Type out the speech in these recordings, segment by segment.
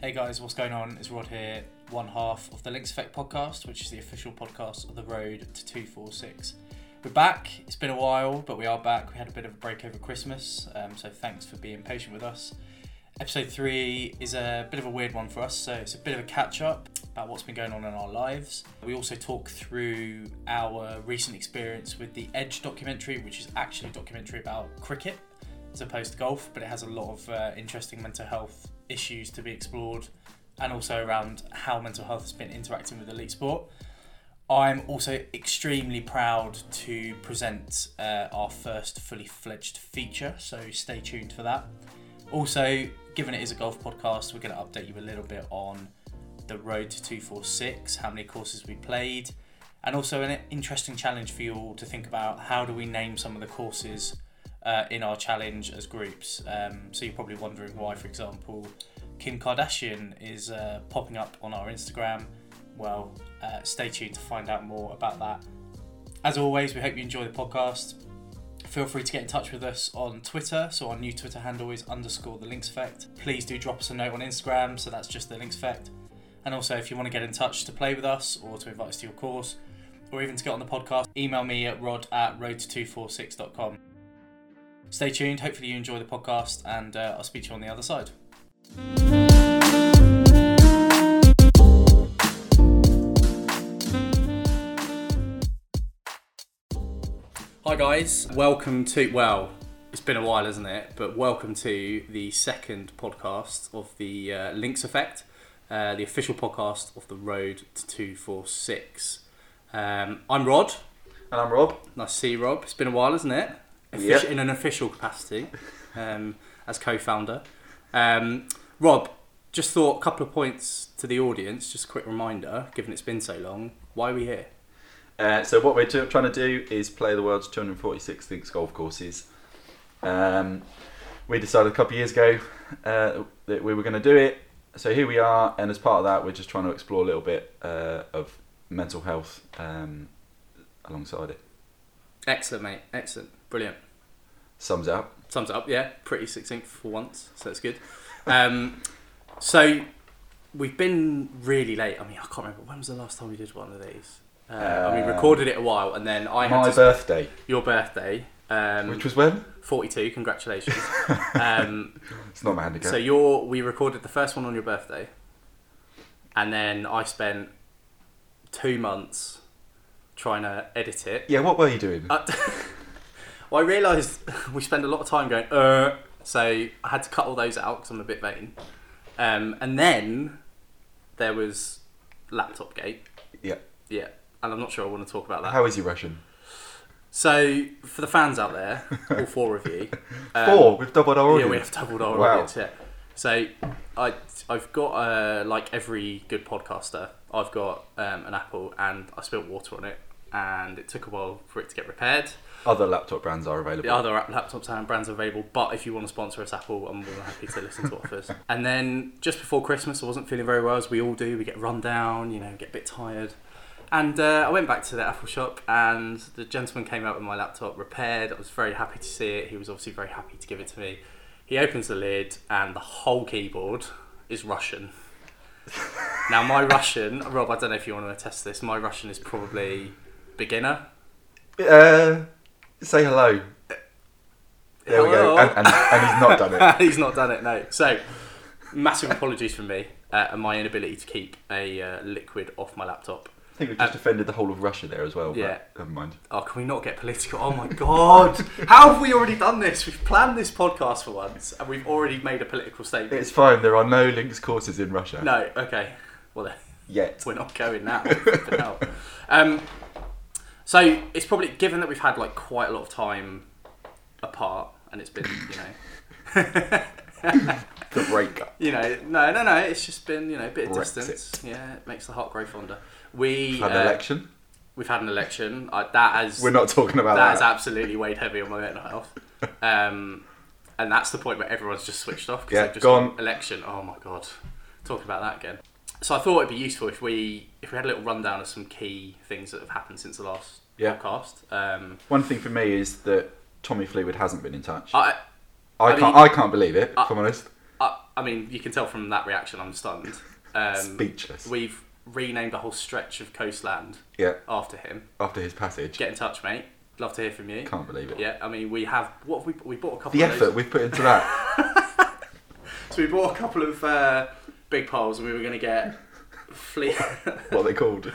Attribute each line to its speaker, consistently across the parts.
Speaker 1: Hey guys, what's going on? It's Rod here, one half of the Links Effect podcast, which is the official podcast of the road to 246. We're back. It's been a while, but we are back. We had a bit of a break over Christmas, um, so thanks for being patient with us. Episode 3 is a bit of a weird one for us, so it's a bit of a catch up about what's been going on in our lives. We also talk through our recent experience with the Edge documentary, which is actually a documentary about cricket as opposed to golf, but it has a lot of uh, interesting mental health issues to be explored and also around how mental health has been interacting with elite sport. I'm also extremely proud to present uh, our first fully fledged feature, so stay tuned for that. Also, given it is a golf podcast, we're going to update you a little bit on the road to 246, how many courses we played, and also an interesting challenge for you all to think about how do we name some of the courses uh, in our challenge as groups. Um, so you're probably wondering why, for example, Kim Kardashian is uh, popping up on our Instagram. Well, uh, stay tuned to find out more about that. As always, we hope you enjoy the podcast. Feel free to get in touch with us on Twitter. So our new Twitter handle is underscore the links effect. Please do drop us a note on Instagram. So that's just the links effect. And also, if you want to get in touch to play with us or to invite us to your course or even to get on the podcast, email me at rod at road246.com. Stay tuned. Hopefully, you enjoy the podcast, and uh, I'll speak to you on the other side. Hi, guys. Welcome to, well, it's been a while, isn't it? But welcome to the second podcast of the uh, Links Effect, uh, the official podcast of the Road to 246. Um, I'm Rod.
Speaker 2: And I'm Rob.
Speaker 1: Nice to see you, Rob. It's been a while, isn't it? Offici-
Speaker 2: Yep.
Speaker 1: In an official capacity, um, as co-founder. Um, Rob, just thought a couple of points to the audience. Just a quick reminder, given it's been so long, why are we here?
Speaker 2: Uh, so what we're do- trying to do is play the world's 246 links golf courses. Um, we decided a couple of years ago uh, that we were going to do it. So here we are, and as part of that, we're just trying to explore a little bit uh, of mental health um, alongside it.
Speaker 1: Excellent, mate. Excellent. Brilliant.
Speaker 2: Sums it up.
Speaker 1: Sums it up. Yeah, pretty succinct for once, so that's good. Um, so we've been really late. I mean, I can't remember when was the last time we did one of these. Uh, I mean,
Speaker 2: Um,
Speaker 1: recorded it a while, and then I had
Speaker 2: My
Speaker 1: to,
Speaker 2: birthday,
Speaker 1: your birthday, um,
Speaker 2: which was when?
Speaker 1: forty-two. Congratulations. um,
Speaker 2: It's not my handicap.
Speaker 1: So you're we recorded the first one on your birthday, and then I spent two months trying to edit it.
Speaker 2: yeah, what were you doing?
Speaker 1: Uh, well, I realised we spend a lot of time going, uh, so I had to cut all those out because I'm a bit vain. Um, and then there was laptop gate.
Speaker 2: yeah.
Speaker 1: Yeah, and I'm not sure I want to talk about that.
Speaker 2: How is your Russian?
Speaker 1: So for the fans out there, all four of you,
Speaker 2: Four. We've doubled our audience.
Speaker 1: um, Yeah, we have doubled our
Speaker 2: Wow.
Speaker 1: audience. Yeah. So I I've got uh, like every good podcaster, I've got um, an apple and I spilled water on it, and it took a while for it to get repaired.
Speaker 2: Other laptop brands are available.
Speaker 1: The other app- laptops and brands are available, but if you want to sponsor us, Apple, I'm more than happy to listen to offers. And then just before Christmas, I wasn't feeling very well, as we all do. We get run down, you know, get a bit tired. And uh, I went back to the Apple shop, and the gentleman came out with my laptop repaired. I was very happy to see it. He was obviously very happy to give it to me. He opens the lid, and the whole keyboard is Russian. now, my Russian, Rob, I don't know if you want to attest to this, my Russian is probably beginner.
Speaker 2: Uh, say hello. There we
Speaker 1: Hello.
Speaker 2: go. And, and, and he's not done it.
Speaker 1: He's not done it, no. So, massive apologies from me uh, and my inability to keep a uh, liquid off my laptop.
Speaker 2: I think we've just offended the whole of Russia there as well.
Speaker 1: Yeah.
Speaker 2: But never mind.
Speaker 1: Oh, can we not get political? Oh my god! How have we already done this? We've planned this podcast for once and we've already made a political statement.
Speaker 2: It's fine. There are no links courses in Russia
Speaker 1: no, okay. Well, then.
Speaker 2: yet.
Speaker 1: we're not going now. Flipping hell. Um, so it's probably given that we've had like quite a lot of time apart, and it's been you know,
Speaker 2: The breakup.
Speaker 1: you know, no, no, no. It's just been you know a bit of
Speaker 2: Brexit.
Speaker 1: distance. Yeah, it makes the heart grow fonder. We
Speaker 2: Had
Speaker 1: uh,
Speaker 2: an election.
Speaker 1: We've had an election. I that has
Speaker 2: We're not talking about
Speaker 1: that has
Speaker 2: that.
Speaker 1: absolutely weighed heavy on my mental health. Um, and that's the point where everyone's just switched off because
Speaker 2: Yeah,
Speaker 1: they've just
Speaker 2: gone.
Speaker 1: gone election. Oh my god, talk about that again. So I thought it'd be useful if we if we had a little rundown of some key things that have happened since the last
Speaker 2: Yeah.
Speaker 1: podcast. Um,
Speaker 2: One thing for me is that Tommy Fleetwood hasn't been in touch. I,
Speaker 1: I, I
Speaker 2: can't.
Speaker 1: mean-
Speaker 2: I can't believe it. if I'm honest.
Speaker 1: I I mean, you can tell from that reaction, I'm stunned. Um,
Speaker 2: Speechless.
Speaker 1: We've renamed a whole stretch of coastland
Speaker 2: yeah,
Speaker 1: after him.
Speaker 2: after his passage.
Speaker 1: Get in touch, mate. Love to hear from you.
Speaker 2: Can't believe it.
Speaker 1: Yeah, I mean, we have what have we we bought a couple.
Speaker 2: The
Speaker 1: of
Speaker 2: effort
Speaker 1: Those.
Speaker 2: we've put into that.
Speaker 1: So we bought a couple of uh, big poles, and we were going to get flea.
Speaker 2: what are they called?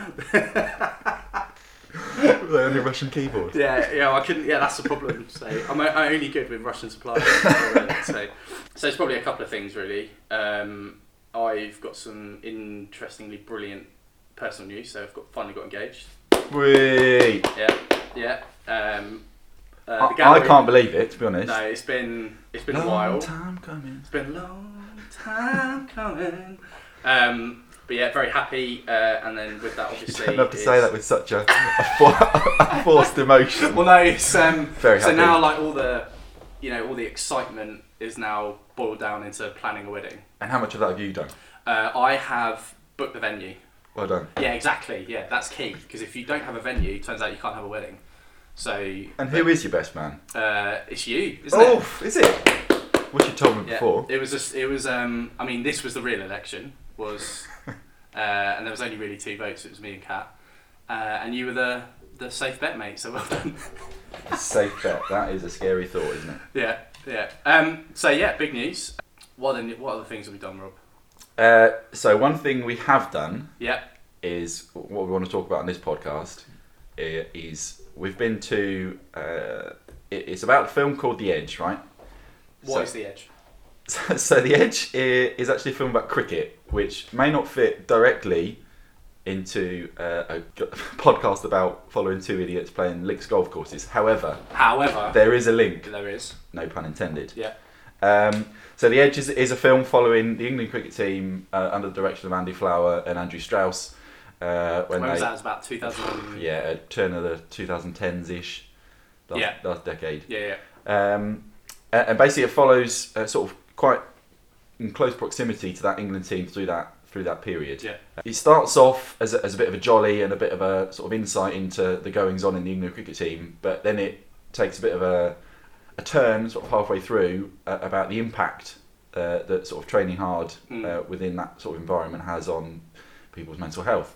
Speaker 2: They're only Russian keyboards.
Speaker 1: Yeah, yeah, I couldn't. Yeah, that's the problem. So I'm, o- I'm only good with Russian suppliers. already, so, so it's probably a couple of things really. Um, I've got some interestingly brilliant personal news. So I've got finally got engaged.
Speaker 2: Whee!
Speaker 1: Yeah, yeah. Um, uh,
Speaker 2: I,
Speaker 1: the
Speaker 2: I
Speaker 1: gallery-
Speaker 2: can't believe it, to be honest.
Speaker 1: No, it's been it's been
Speaker 2: Long
Speaker 1: a while.
Speaker 2: time coming.
Speaker 1: It's been a long time coming. Um, but yeah, very happy. Uh, and then with that,
Speaker 2: You
Speaker 1: obviously,
Speaker 2: don't have to say
Speaker 1: it's-
Speaker 2: that with such a, a, for- a forced emotion.
Speaker 1: Well, no, it's um.
Speaker 2: Very
Speaker 1: so
Speaker 2: happy.
Speaker 1: now, like all the, you know, all the excitement is now boiled down into planning a wedding.
Speaker 2: And how much of that have you done?
Speaker 1: Uh, I have booked the venue.
Speaker 2: Well done.
Speaker 1: Yeah, exactly. Yeah, that's key because if you don't have a venue, turns out you can't have a wedding. So
Speaker 2: And who is your best man?
Speaker 1: uh, it's you, isn't it?
Speaker 2: Oh, is it? Wish you told me
Speaker 1: Yeah,
Speaker 2: before.
Speaker 1: it was just it was. Um, I mean, this was the real election was, uh, and there was only really two votes. It was me and Kat, uh, and you were the the safe bet, mate. So well done.
Speaker 2: A safe bet. That is a scary thought, isn't it?
Speaker 1: yeah, yeah. Um, so yeah, big news. What other, what other things have we done, Rob?
Speaker 2: Uh, so one thing we have done
Speaker 1: Yeah,
Speaker 2: is what we want to talk about in this podcast i- is we've been to uh, it- it's about a film called The Edge, right?
Speaker 1: What
Speaker 2: So-
Speaker 1: is the edge?
Speaker 2: So, so The Edge i- is actually a film about cricket, which may not fit directly into uh, a g- podcast about following two idiots playing licks golf courses. However,
Speaker 1: However,
Speaker 2: there is a link,
Speaker 1: there is.
Speaker 2: no pun intended.
Speaker 1: Yeah,
Speaker 2: Um, so The Edge is, is a film following the England cricket team uh, under the direction of Andy Flower and Andrew Strauss. Uh, when
Speaker 1: when,
Speaker 2: they,
Speaker 1: was that? It was about two thousand.
Speaker 2: yeah, uh, turn of the 2010s ish, last,
Speaker 1: Yeah.
Speaker 2: last decade.
Speaker 1: yeah, yeah.
Speaker 2: Um, a- and basically, it follows uh, sort of quite in close proximity to that England team through that through that period.
Speaker 1: Yeah.
Speaker 2: It starts off as a, as a bit of a jolly and a bit of a sort of insight into the goings on in the England cricket team, but then it takes a bit of a, a turn sort of halfway through uh, about the impact uh, that sort of training hard uh,
Speaker 1: Mm.
Speaker 2: within that sort of environment has on people's mental health.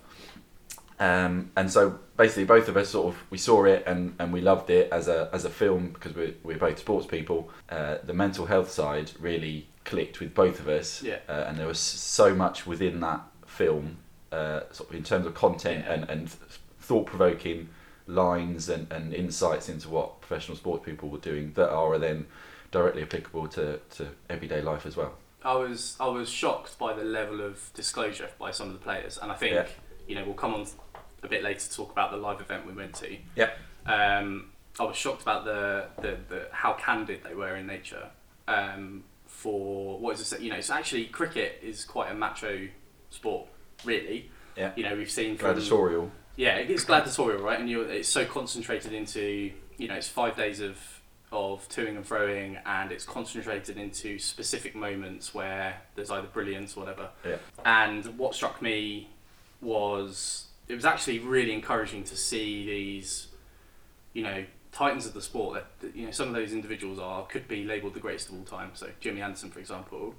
Speaker 2: Um, and so basically, both of us sort of we saw it and, and we loved it as a as a film because we're we're both sports people. Uh, the mental health side really clicked with both of us,
Speaker 1: Yeah.
Speaker 2: uh, and there was so much within that film, uh, sort of in terms of content
Speaker 1: Yeah.
Speaker 2: and and thought provoking lines and, and insights into what professional sports people were doing that are then directly applicable to, to everyday life as well.
Speaker 1: I was I was shocked by the level of disclosure by some of the players, and I think
Speaker 2: Yeah.
Speaker 1: you know we'll come on a bit later to talk about the live event we went to.
Speaker 2: Yeah.
Speaker 1: Um, I was shocked about the, the, the how candid they were in nature. Um, for what is this? You know, it's actually cricket is quite a macho sport, really.
Speaker 2: Yeah.
Speaker 1: You know, we've seen from-
Speaker 2: Gladiatorial.
Speaker 1: yeah, it- it's gladiatorial, right? And you're, it's so concentrated into, you know, it's five days of of toing and throwing, and it's concentrated into specific moments where there's either brilliance or whatever.
Speaker 2: Yeah.
Speaker 1: And what struck me was it was actually really encouraging to see these, you know, titans of the sport. That you know, some of those individuals are could be labelled the greatest of all time. So Jimmy Anderson, for example.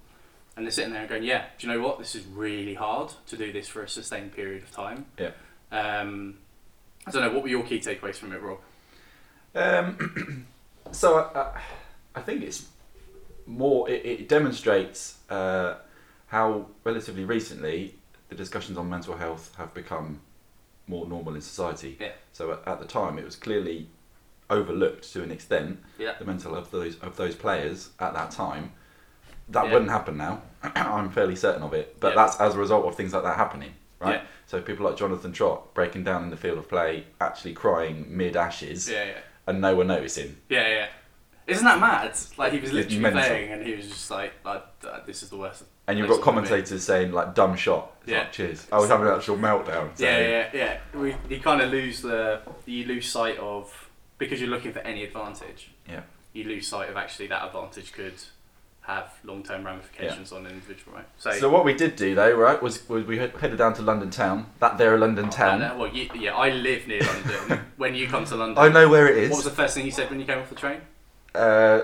Speaker 1: And they're sitting there and going, yeah, do you know what? This is really hard to do this for a sustained period of time.
Speaker 2: Yeah.
Speaker 1: Um, I don't know. What were your key takeaways from it, Rob?
Speaker 2: Um, so I, I, I think it's more. It, it demonstrates uh, how relatively recently the discussions on mental health have become more normal in society.
Speaker 1: Yeah.
Speaker 2: So at, at the time, it was clearly overlooked to an extent.
Speaker 1: Yeah.
Speaker 2: The mental health of those of those players at that time. That
Speaker 1: Yeah.
Speaker 2: wouldn't happen now. I'm fairly certain of it. But
Speaker 1: Yeah.
Speaker 2: that's as a result of things like that happening, right?
Speaker 1: Yeah.
Speaker 2: So people like Jonathan Trott breaking down in the field of play, actually crying mid ashes
Speaker 1: Yeah, yeah,
Speaker 2: and no one noticing.
Speaker 1: yeah, yeah. Isn't that mad? Like he was
Speaker 2: It's
Speaker 1: literally
Speaker 2: mental.
Speaker 1: playing, and he was just like, like uh, "This is the worst."
Speaker 2: And you've
Speaker 1: place
Speaker 2: got
Speaker 1: I've ever been.
Speaker 2: commentators saying like dumb shot. It's
Speaker 1: Yeah.
Speaker 2: like, cheers. I was having an actual meltdown. So.
Speaker 1: Yeah, yeah, yeah. We, you kind of lose the you lose sight of because you're looking for any advantage.
Speaker 2: Yeah.
Speaker 1: You lose sight of actually that advantage could have long term ramifications on an individual, right? So,
Speaker 2: So what we did do though, right, was, was we head- headed down to London town. That there, London town.
Speaker 1: And, uh, well, you, yeah, I live near London. when you come to London,
Speaker 2: I know where it
Speaker 1: What was
Speaker 2: is.
Speaker 1: the first thing you said when you came off the train?
Speaker 2: Uh,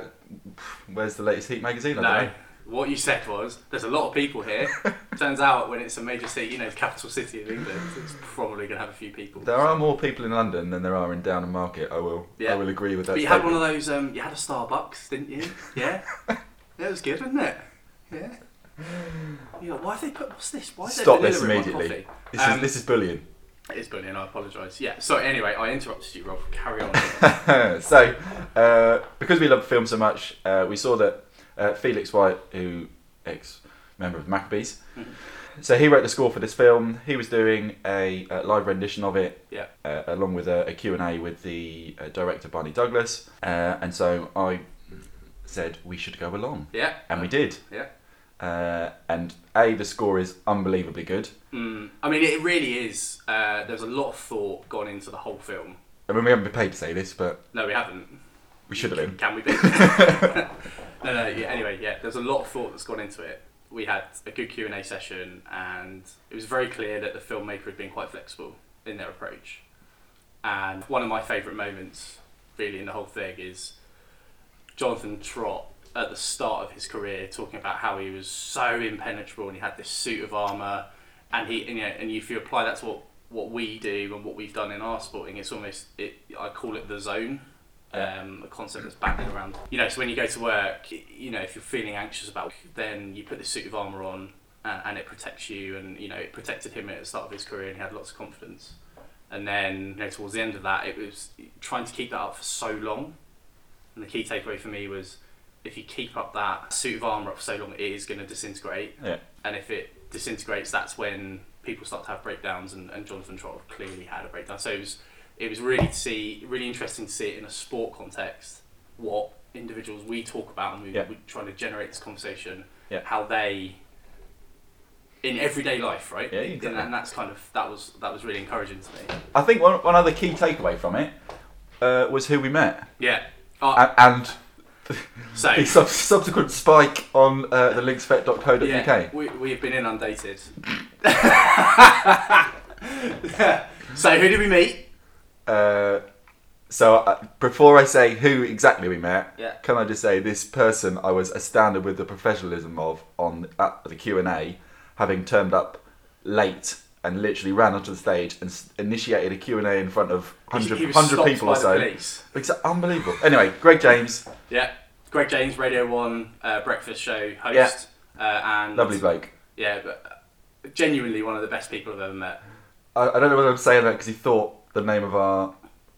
Speaker 2: where's the latest Heat magazine? I don't know.
Speaker 1: What you said was, there's a lot of people here. Turns out when it's a major city, you know, the capital city of England, it's probably going to have a few people.
Speaker 2: There are more people in London than there are in Downham Market. I will.
Speaker 1: Yeah.
Speaker 2: I will agree with that.
Speaker 1: But you had one of
Speaker 2: statement.
Speaker 1: those, um, you had a Starbucks, didn't you? Yeah? yeah, it was good, wasn't it? Yeah. You're like, why have they put, what's this? Why is there
Speaker 2: Stop this
Speaker 1: vanilla in my
Speaker 2: immediately.
Speaker 1: coffee?
Speaker 2: This
Speaker 1: Um,
Speaker 2: is this is bullying.
Speaker 1: It is brilliant, I apologise. Yeah, so anyway, I interrupted you, Rob. Carry on.
Speaker 2: so, uh, because we love the film so much, uh, we saw that uh, Felix White, who ex member of the Maccabees,
Speaker 1: Mhm.
Speaker 2: so he wrote the score for this film. He was doing a, uh live rendition of it,
Speaker 1: Yeah.
Speaker 2: uh, along with a, a Q&A with the uh, director Barney Douglas. Uh, and so I said we should go along,
Speaker 1: Yeah.
Speaker 2: and we did.
Speaker 1: Yeah.
Speaker 2: Uh, and a the score is unbelievably good.
Speaker 1: Mm, I mean, it really is. Uh, there's a lot of thought gone into the whole film.
Speaker 2: I mean, we haven't been paid to say this, but
Speaker 1: No, we haven't.
Speaker 2: we should have been.
Speaker 1: Can we be? no, no. Yeah, anyway, yeah. There's a lot of thought that's gone into it. We had a good Q and A session, and it was very clear that the filmmaker had been quite flexible in their approach. And one of my favourite moments, really, in the whole thing is Jonathan Trott at the start of his career talking about how he was so impenetrable and he had this suit of armour, and he and, you know, and if you apply that to what what we do and what we've done in our sporting, it's almost it. I call it the zone um, a concept that's backing around. You know, so when you go to work, y- you know, if you're feeling anxious about, then you put this suit of armor on, and, and it protects you. And you know, it protected him at the start of his career, and he had lots of confidence. And then, you know, towards the end of that, it was trying to keep that up for so long. And the key takeaway for me was, if you keep up that suit of armor up for so long, it is going to disintegrate.
Speaker 2: Yeah.
Speaker 1: And if it disintegrates, that's when people start to have breakdowns. And, and Jonathan Trott clearly had a breakdown. So it was it was really to see really interesting to see it in a sport context what individuals we talk about and we,
Speaker 2: Yeah.
Speaker 1: we're trying to generate this conversation
Speaker 2: Yeah.
Speaker 1: how they in everyday life right
Speaker 2: Yeah,
Speaker 1: And-
Speaker 2: exactly.
Speaker 1: and that's kind of that was that was really encouraging to me
Speaker 2: I think one, one other key takeaway from it uh, was who we met
Speaker 1: yeah uh,
Speaker 2: and, and
Speaker 1: so
Speaker 2: the sub- subsequent spike on uh, the linksfet.co.uk.
Speaker 1: yeah, we, we've been inundated so who did we meet
Speaker 2: Uh, so uh, before I say who exactly we met,
Speaker 1: Yeah.
Speaker 2: can I just say this person I was astounded with the professionalism of on at the Q and A, having turned up late and literally ran onto the stage and s- initiated a Q and A in front of 100,
Speaker 1: He was
Speaker 2: 100
Speaker 1: stopped
Speaker 2: people
Speaker 1: by
Speaker 2: or
Speaker 1: the
Speaker 2: so.
Speaker 1: police.
Speaker 2: It's unbelievable. Anyway, Greg James,
Speaker 1: yeah Greg James Radio 1 uh, breakfast show host uh, and
Speaker 2: lovely bloke.
Speaker 1: Yeah, but uh, genuinely one of the best people I've ever met.
Speaker 2: I, I don't know whether I'm saying that because he thought the name of our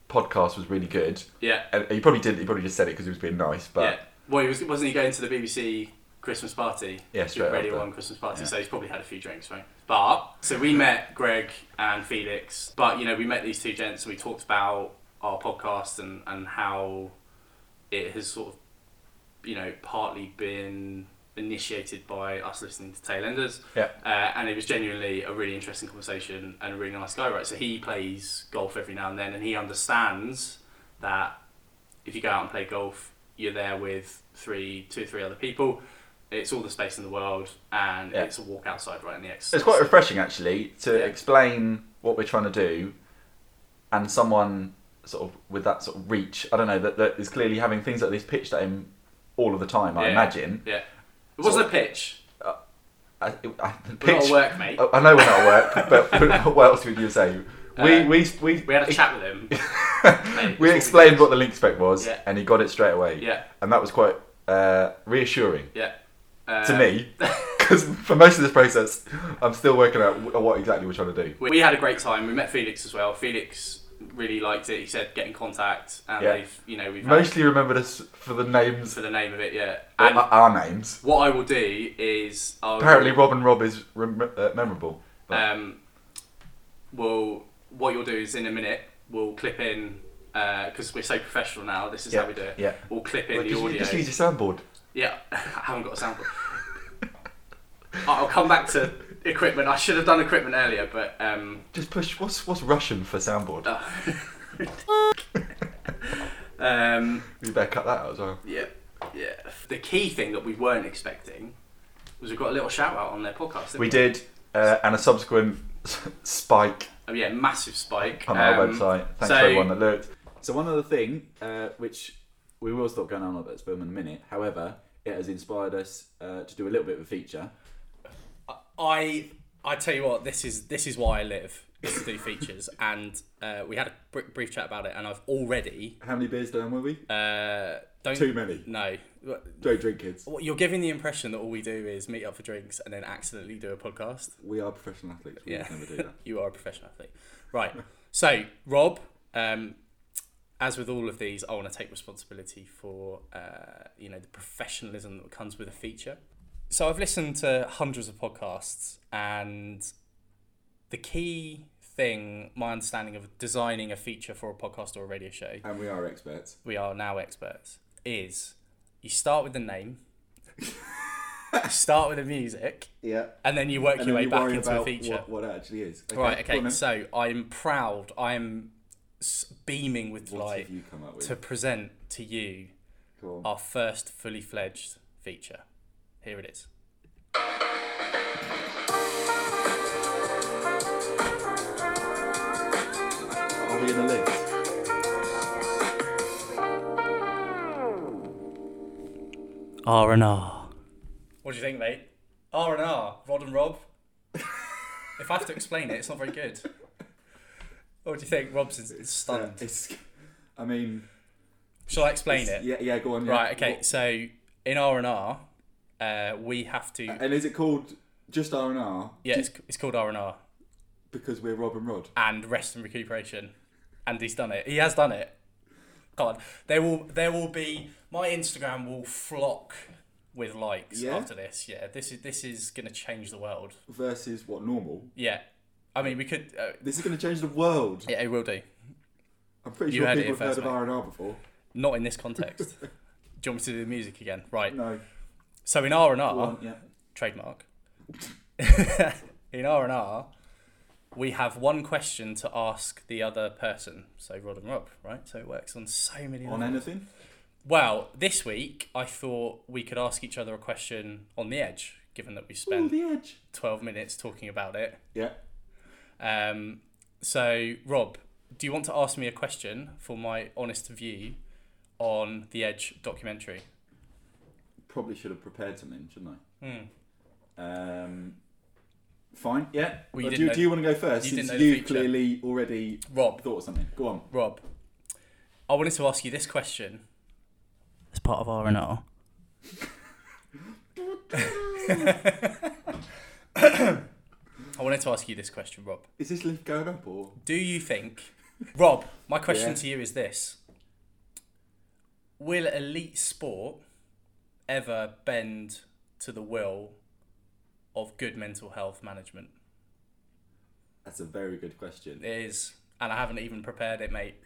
Speaker 2: podcast was really good,
Speaker 1: Yeah,
Speaker 2: and he probably didn't. He probably just said it because he was being nice. But
Speaker 1: yeah. Well, he was, wasn't he going to the BBC Christmas party?
Speaker 2: Yeah, straight
Speaker 1: Radio
Speaker 2: after.
Speaker 1: One Christmas party.
Speaker 2: Yeah.
Speaker 1: So he's probably had a few drinks, right? But so we met Greg and Felix. But you know, we met these two gents and we talked about our podcast and and how it has sort of you know partly been initiated by us listening to Tailenders.
Speaker 2: Yeah.
Speaker 1: Uh, and it was genuinely a really interesting conversation and a really nice guy, right? So he plays golf every now and then, and he understands that if you go out and play golf, you're there with three, two, three other people. It's all the space in the world, and
Speaker 2: Yeah.
Speaker 1: it's a walk outside, right? And the exercise.
Speaker 2: It's quite refreshing actually to
Speaker 1: Yeah.
Speaker 2: explain what we're trying to do, and someone sort of with that sort of reach. I don't know that, that is clearly having things like this pitched at him all of the time. I
Speaker 1: Yeah.
Speaker 2: imagine.
Speaker 1: yeah. It wasn't a pitch.
Speaker 2: I, I,
Speaker 1: We're not
Speaker 2: pitch- Oh.
Speaker 1: at work, mate.
Speaker 2: I, I know we're not at work, but what else would you say? We
Speaker 1: Uh,
Speaker 2: we we
Speaker 1: We had a chat with him. Mate,
Speaker 2: we
Speaker 1: it's all
Speaker 2: explained
Speaker 1: good.
Speaker 2: what the link spec was,
Speaker 1: Yeah.
Speaker 2: and he got it straight away.
Speaker 1: Yeah.
Speaker 2: and that was quite uh, reassuring
Speaker 1: Yeah. Uh,
Speaker 2: to me because for most of this process, I'm still working out wh- what exactly we're trying to do.
Speaker 1: We, we had a great time. We met Felix as well. Felix really liked it. He said, "Get in contact," and
Speaker 2: Yeah.
Speaker 1: they've, you know, we've had-
Speaker 2: Mostly remembered us for the names
Speaker 1: for the name of it. Yeah.
Speaker 2: Well,
Speaker 1: And
Speaker 2: our- our names.
Speaker 1: what I will do is I'll
Speaker 2: Apparently, Rob and Rob is rem- uh, memorable.
Speaker 1: um, we'll what you'll do is in a minute we'll clip in because we're so professional now. This is how we do it.
Speaker 2: Yeah.
Speaker 1: We'll clip in
Speaker 2: Well,
Speaker 1: the
Speaker 2: just,
Speaker 1: audio.
Speaker 2: just use your soundboard.
Speaker 1: Yeah, I haven't got a sample. I'll come back to equipment. I should have done equipment earlier, but um,
Speaker 2: Just push. What's what's Russian for soundboard?
Speaker 1: Uh, um,
Speaker 2: We better cut that out as well.
Speaker 1: Yeah, yeah. The key thing that we weren't expecting was we got a little shout out on their podcast. Didn't
Speaker 2: We did, uh, and a subsequent spike
Speaker 1: Oh, yeah, massive spike
Speaker 2: on our
Speaker 1: Um,
Speaker 2: website. Thanks
Speaker 1: so-
Speaker 2: for everyone that looked. So one other thing, uh, which we will stop going on about this film in a minute. However, it has inspired us uh, to do a little bit of a feature.
Speaker 1: I I tell you what, this is this is why I live is to do features, and uh, we had a br- brief chat about it, and I've already
Speaker 2: How many beers down were we?
Speaker 1: uh, don't
Speaker 2: Too many.
Speaker 1: no.
Speaker 2: Don't drink, kids.
Speaker 1: What- You're giving the impression that all we do is meet up for drinks and then accidentally do a podcast.
Speaker 2: We are professional athletes. We
Speaker 1: Yeah.
Speaker 2: would never do that.
Speaker 1: You are a professional athlete, right? So Rob, um, as with all of these, I want to take responsibility for uh, you know the professionalism that comes with a feature. So I've listened to hundreds of podcasts, and the key thing, my understanding of designing a feature for a podcast or a radio show,
Speaker 2: And we are experts.
Speaker 1: we are now experts, is you start with the name, you start with the music,
Speaker 2: Yeah.
Speaker 1: and then you work
Speaker 2: And
Speaker 1: your
Speaker 2: then
Speaker 1: way
Speaker 2: you
Speaker 1: back
Speaker 2: worry
Speaker 1: into a
Speaker 2: about
Speaker 1: feature.
Speaker 2: what, what it actually is.
Speaker 1: Right.
Speaker 2: go on
Speaker 1: Okay.
Speaker 2: then.
Speaker 1: So I'm proud. I'm s- beaming with
Speaker 2: what
Speaker 1: delight
Speaker 2: have you come up with?
Speaker 1: to present to you
Speaker 2: Go on.
Speaker 1: our first fully fledged feature. Here it is.
Speaker 2: Are we in the list?
Speaker 1: R and R. What do you think, mate? R and R. Rod and Rob. if I have to explain it, it's not very good. What do you think? Rob's is
Speaker 2: Yeah,
Speaker 1: stunned.
Speaker 2: it's, uh, I mean,
Speaker 1: Shall I explain it?
Speaker 2: yeah, yeah, go on. yeah.
Speaker 1: Right. Okay.
Speaker 2: What-
Speaker 1: So in R and R, we have to.
Speaker 2: and is it called just R and R?
Speaker 1: yeah, it's, it's called R and R.
Speaker 2: Because we're Rob and Rod.
Speaker 1: and rest and recuperation. And he's done it. He has done it. God, there will there will be my Instagram will flock with likes
Speaker 2: Yeah?
Speaker 1: after this. Yeah, this is this is gonna change the world.
Speaker 2: Versus what normal?
Speaker 1: Yeah, I mean we could. Uh,
Speaker 2: This is going to change the world.
Speaker 1: yeah, it will do.
Speaker 2: I'm pretty
Speaker 1: You
Speaker 2: sure
Speaker 1: heard it
Speaker 2: people have
Speaker 1: first,
Speaker 2: heard of
Speaker 1: mate.
Speaker 2: R and R before.
Speaker 1: Not in this context. do you want me to do the music again? Right.
Speaker 2: No.
Speaker 1: So in R and
Speaker 2: Go
Speaker 1: R
Speaker 2: on, yeah.
Speaker 1: trademark. in R and R, we have one question to ask the other person. So Rod and Rob, right? So it works on so many.
Speaker 2: On
Speaker 1: levels.
Speaker 2: anything?
Speaker 1: Well, this week I thought we could ask each other a question on the edge, given that we
Speaker 2: Oh,
Speaker 1: spent
Speaker 2: the edge.
Speaker 1: 12 minutes talking about it.
Speaker 2: Yeah.
Speaker 1: Um, so, Rob, do you want to ask me a question for my honest view on the Edge documentary?
Speaker 2: Probably should have prepared something, shouldn't
Speaker 1: Hmm.
Speaker 2: I? Um. Fine. Yeah.
Speaker 1: Well, you
Speaker 2: Or
Speaker 1: didn't
Speaker 2: do,
Speaker 1: know-
Speaker 2: do you want to go first?
Speaker 1: you didn't know
Speaker 2: since
Speaker 1: the
Speaker 2: you
Speaker 1: feature.
Speaker 2: clearly already
Speaker 1: Rob,
Speaker 2: thought of something. Go on.
Speaker 1: Rob, I wanted to ask you this question as part of R and R. I wanted to ask you this question, Rob.
Speaker 2: Is this lift going up or?
Speaker 1: Do you think, Rob? My question
Speaker 2: Yeah.
Speaker 1: to you is this: Will elite sport ever bend to the will of good mental health management?
Speaker 2: That's a very good question.
Speaker 1: It is, and I haven't even prepared it, mate.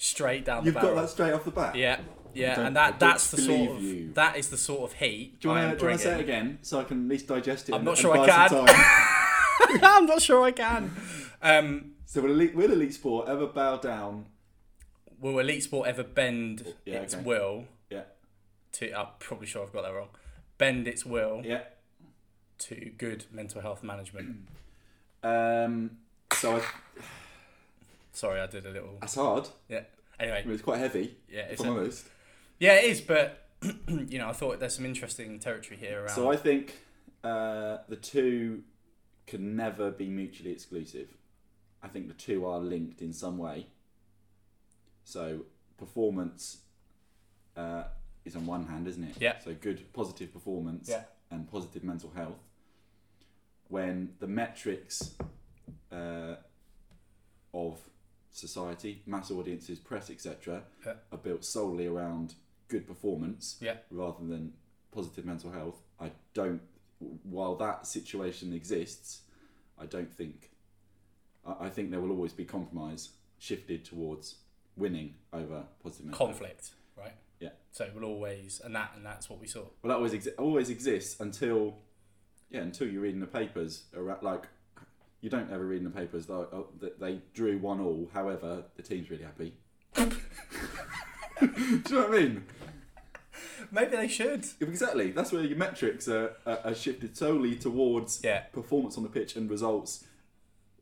Speaker 1: Straight down
Speaker 2: You've
Speaker 1: the
Speaker 2: got
Speaker 1: barrel.
Speaker 2: that straight off the bat.
Speaker 1: yeah, yeah,
Speaker 2: don't-
Speaker 1: and
Speaker 2: I
Speaker 1: that that's the
Speaker 2: don't
Speaker 1: sort of
Speaker 2: believe you.
Speaker 1: that is the sort of heat.
Speaker 2: Do you
Speaker 1: I am
Speaker 2: want to say it
Speaker 1: bringing.
Speaker 2: again so I can at least digest it?
Speaker 1: I'm
Speaker 2: and-
Speaker 1: not
Speaker 2: and
Speaker 1: sure I
Speaker 2: buy some
Speaker 1: can.
Speaker 2: time?
Speaker 1: I'm not sure I can. Um,
Speaker 2: so will elite, will elite sport ever bow down?
Speaker 1: will elite sport ever bend
Speaker 2: Oh, Yeah,
Speaker 1: its
Speaker 2: okay.
Speaker 1: will
Speaker 2: Yeah.
Speaker 1: to? I'm probably sure I've got that wrong. Bend its will
Speaker 2: Yeah.
Speaker 1: to good mental health management.
Speaker 2: Um. So I,
Speaker 1: Sorry, I did a little.
Speaker 2: that's hard.
Speaker 1: Yeah.
Speaker 2: I
Speaker 1: Anyway,
Speaker 2: mean, it's quite heavy.
Speaker 1: yeah,
Speaker 2: If
Speaker 1: it's
Speaker 2: I'm
Speaker 1: a,
Speaker 2: honest.
Speaker 1: yeah, it is. But you know, I thought there's some interesting territory here around.
Speaker 2: So I think uh, the two can never be mutually exclusive. I think the two are linked in some way. So performance uh, is on one hand, isn't it?
Speaker 1: Yeah.
Speaker 2: So good positive performance
Speaker 1: Yeah.
Speaker 2: and positive mental health. When the metrics uh, of society, mass audiences, press, etc.,
Speaker 1: Yeah.
Speaker 2: are built solely around good performance
Speaker 1: Yeah.
Speaker 2: rather than positive mental health. I don't. While that situation exists, I don't think. I, I think there will always be compromise shifted towards winning over positive mental health.
Speaker 1: conflict, right?
Speaker 2: Yeah.
Speaker 1: So it will always, and that, and that's what we saw.
Speaker 2: Well, that always exi- always exists until, yeah, until you read in the papers. Around, like, you don't ever read in the papers though oh, that they drew one all. However, the team's really happy. Do you know what I mean?
Speaker 1: Maybe they should.
Speaker 2: Exactly. That's where your metrics are, are, are shifted solely towards
Speaker 1: Yeah.
Speaker 2: performance on the pitch and results.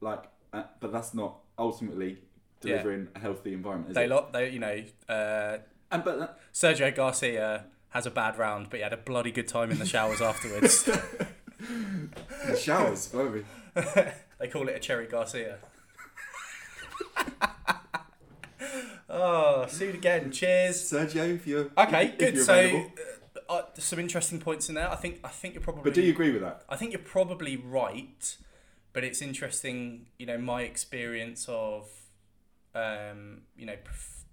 Speaker 2: Like, uh, but that's not ultimately delivering a healthy environment. Is
Speaker 1: They
Speaker 2: it?
Speaker 1: lot. They you know, uh,
Speaker 2: and but that,
Speaker 1: Sergio Garcia has a bad round, but he had a bloody good time in the showers afterwards.
Speaker 2: The showers, blimey.
Speaker 1: They call it a Cherry Garcia. oh, sued again. Cheers.
Speaker 2: Sergio, if you're
Speaker 1: Okay,
Speaker 2: if
Speaker 1: good.
Speaker 2: You're
Speaker 1: So,
Speaker 2: available.
Speaker 1: uh, uh, some interesting points in there. I think I think you're probably.
Speaker 2: but do you agree with that?
Speaker 1: I think you're probably right, but it's interesting, you know, my experience of, um, you know, prof-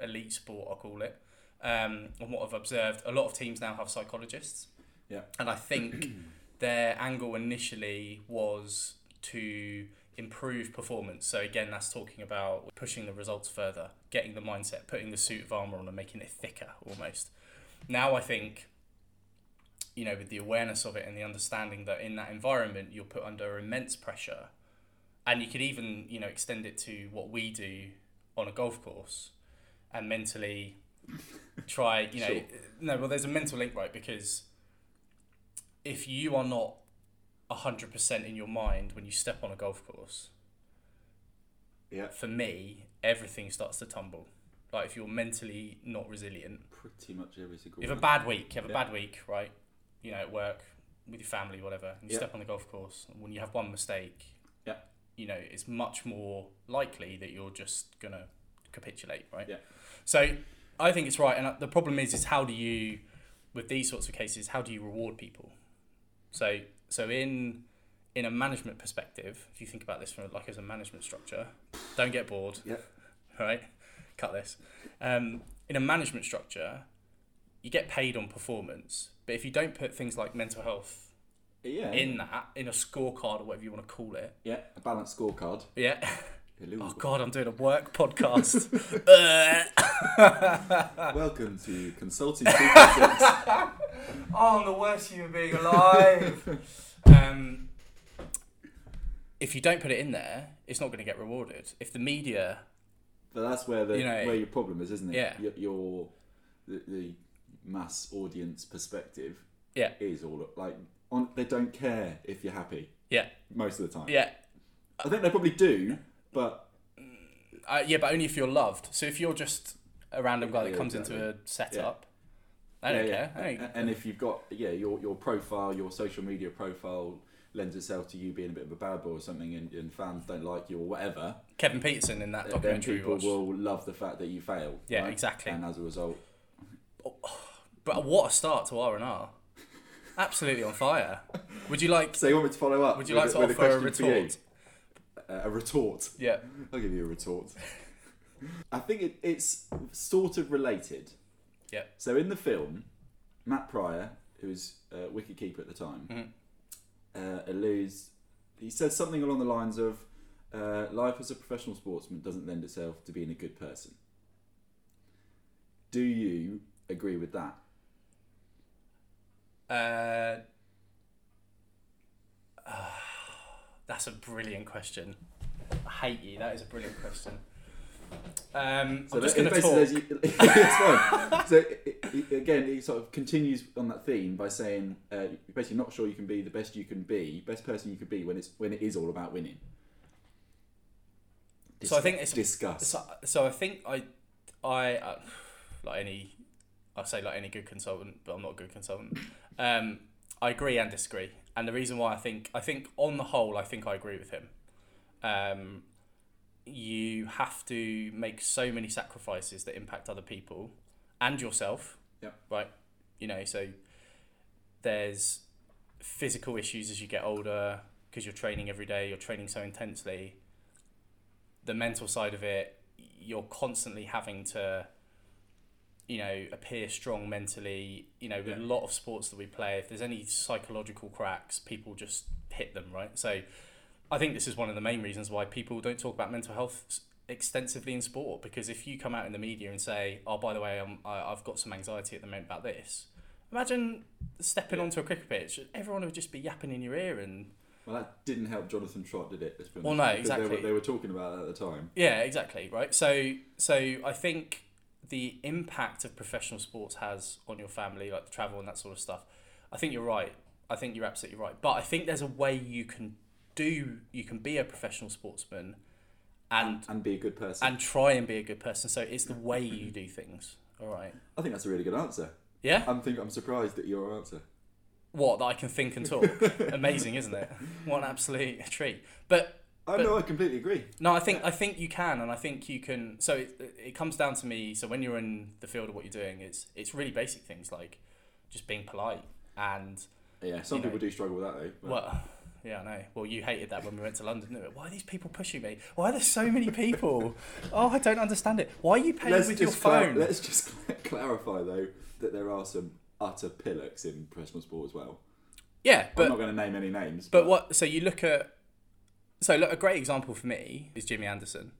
Speaker 1: elite sport, I'll call it, um, and what I've observed. A lot of teams now have psychologists.
Speaker 2: Yeah.
Speaker 1: And I think their angle initially was to improve performance. So again, that's talking about pushing the results further, getting the mindset, putting the suit of armor on, and making it thicker almost. Now I think you know, with the awareness of it and the understanding that in that environment you're put under immense pressure, and you could even you know extend it to what we do on a golf course, and mentally try you know
Speaker 2: Sure.
Speaker 1: no well there's a mental link right because if you are not hundred percent in your mind when you step on a golf course,
Speaker 2: Yeah.
Speaker 1: for me everything starts to tumble. Like if you're mentally not resilient,
Speaker 3: Pretty much every single
Speaker 1: you have a
Speaker 3: one.
Speaker 1: bad week. You have a
Speaker 3: Yeah.
Speaker 1: bad week, right? You know, at work, with your family, whatever. And you
Speaker 2: Yeah.
Speaker 1: step on the golf course, and when you have one mistake,
Speaker 3: Yeah.
Speaker 1: you know, it's much more likely that you're just gonna capitulate, right?
Speaker 3: Yeah.
Speaker 1: So I think it's right, and uh, the problem is, is how do you, with these sorts of cases, how do you reward people? So, so in in a management perspective, if you think about this from like as a management structure, don't get bored.
Speaker 2: Yeah.
Speaker 1: Right. Cut this. Um, in a management structure, you get paid on performance, but if you don't put things like mental health
Speaker 2: Yeah.
Speaker 1: in that, in a scorecard or whatever you want to call it,
Speaker 2: yeah. A balanced scorecard.
Speaker 1: yeah. Oh
Speaker 2: Hello.
Speaker 1: God, I'm doing a work podcast. Uh,
Speaker 2: Welcome to Consulting 246.
Speaker 1: oh, I'm the worst human being alive. um, if you don't put it in there, it's not going to get rewarded. If the media,
Speaker 2: But that's where the
Speaker 1: You know-
Speaker 2: where your problem is, isn't it?
Speaker 1: Yeah.
Speaker 2: Your, your the, the mass audience perspective.
Speaker 1: Yeah.
Speaker 2: Is all like on. They don't care if you're happy
Speaker 1: yeah,
Speaker 2: most of the time.
Speaker 1: yeah,
Speaker 2: I think they probably do, but
Speaker 1: uh, yeah, but only if you're loved. So if you're just a random guy that
Speaker 2: Yeah,
Speaker 1: comes into a
Speaker 2: exactly.
Speaker 1: setup, I don't
Speaker 2: yeah,
Speaker 1: care.
Speaker 2: yeah.
Speaker 1: I don't-
Speaker 2: A- And if you've got yeah your your profile, your social media profile lends itself to you being a bit of a bad boy or something, and, and fans don't like you or whatever.
Speaker 1: Kevin Peterson in that
Speaker 2: Then
Speaker 1: documentary. we
Speaker 2: people
Speaker 1: watched.
Speaker 2: will love the fact that you fail.
Speaker 1: Yeah, exactly.
Speaker 2: And as a result,
Speaker 1: But what a start to R and R! Absolutely on fire. Would you like?
Speaker 2: so you want me to follow up?
Speaker 1: Would you
Speaker 2: with
Speaker 1: like to
Speaker 2: with
Speaker 1: offer a
Speaker 2: question for you?
Speaker 1: retort?
Speaker 2: Uh, a retort.
Speaker 1: Yeah.
Speaker 2: I'll give you a retort. I think it, it's sort of related.
Speaker 1: Yeah.
Speaker 2: So in the film, Matt Pryor, who was uh, wicket keeper at the time,
Speaker 1: Hmm. Mm-hmm.
Speaker 2: uh, alludes. He says something along the lines of, uh, "Life as a professional sportsman doesn't lend itself to being a good person." Do you agree with that?
Speaker 1: Uh, that's a brilliant question. I hate you. That is a brilliant question. Um, I'm just going
Speaker 2: that-
Speaker 1: to
Speaker 2: it
Speaker 1: talk.
Speaker 2: basically says you- it's fine. So it, it, again, it sort of continues on that theme by saying uh, you're basically not sure you can be the best you can be, best person you could be when it's when it is all about winning.
Speaker 1: So I think it's-
Speaker 2: discuss.
Speaker 1: So, so I think I, I uh, like any, I say like any good consultant, but I'm not a good consultant. Um, I agree and disagree, and the reason why I think I think on the whole I think I agree with him. Um, you have to make so many sacrifices that impact other people and yourself.
Speaker 2: Yeah.
Speaker 1: Right. You know, so there's physical issues as you get older because you're training every day, you're training so intensely. The mental side of it, you're constantly having to, you know, appear strong mentally. You know, with a lot of sports that we play, if there's any psychological cracks, people just hit them, right? So I think this is one of the main reasons why people don't talk about mental health s- extensively in sport because if you come out in the media and say, oh, by the way, I'm, I, I've got some anxiety at the moment about this, imagine stepping onto a cricket pitch, everyone would just be yapping in your ear and
Speaker 2: well, that didn't help Jonathan Trott, did it? Let's be
Speaker 1: Well,
Speaker 2: honest,
Speaker 1: no,
Speaker 2: because they were-
Speaker 1: exactly.
Speaker 2: They were talking about that at the time.
Speaker 1: Yeah, exactly. Right. So, so I think the impact of professional sports has on your family, like the travel and that sort of stuff. I think you're right. I think you're absolutely right. But I think there's a way you can do. You can be a professional sportsman, and
Speaker 2: And be a good person.
Speaker 1: and try and be a good person. So it's the way you do things. All right.
Speaker 2: I think that's a really good answer.
Speaker 1: Yeah?
Speaker 2: I'm think I'm surprised at your answer.
Speaker 1: What, that I can think and talk? Amazing, isn't it? What an absolute treat. But
Speaker 2: I
Speaker 1: But-
Speaker 2: know. I completely agree.
Speaker 1: No, I think I think you can, and I think you can. So it, it comes down to me. So when you're in the field of what you're doing, it's it's really basic things like just being polite and
Speaker 2: Yeah, some
Speaker 1: You know.
Speaker 2: people do struggle with that though. but-
Speaker 1: well, yeah, I know. Well, you hated that when we went to London, didn't you? Why are these people pushing me? Why are there so many people? Oh, I don't understand it. Why are you paying
Speaker 2: let's
Speaker 1: with your
Speaker 2: just clar-
Speaker 1: phone?
Speaker 2: let's just clarify though that there are some utter pillocks in professional sport as well.
Speaker 1: yeah,
Speaker 2: I'm
Speaker 1: but
Speaker 2: not going to name any names.
Speaker 1: but what? So you look at. So look, a great example for me is Jimmy Anderson.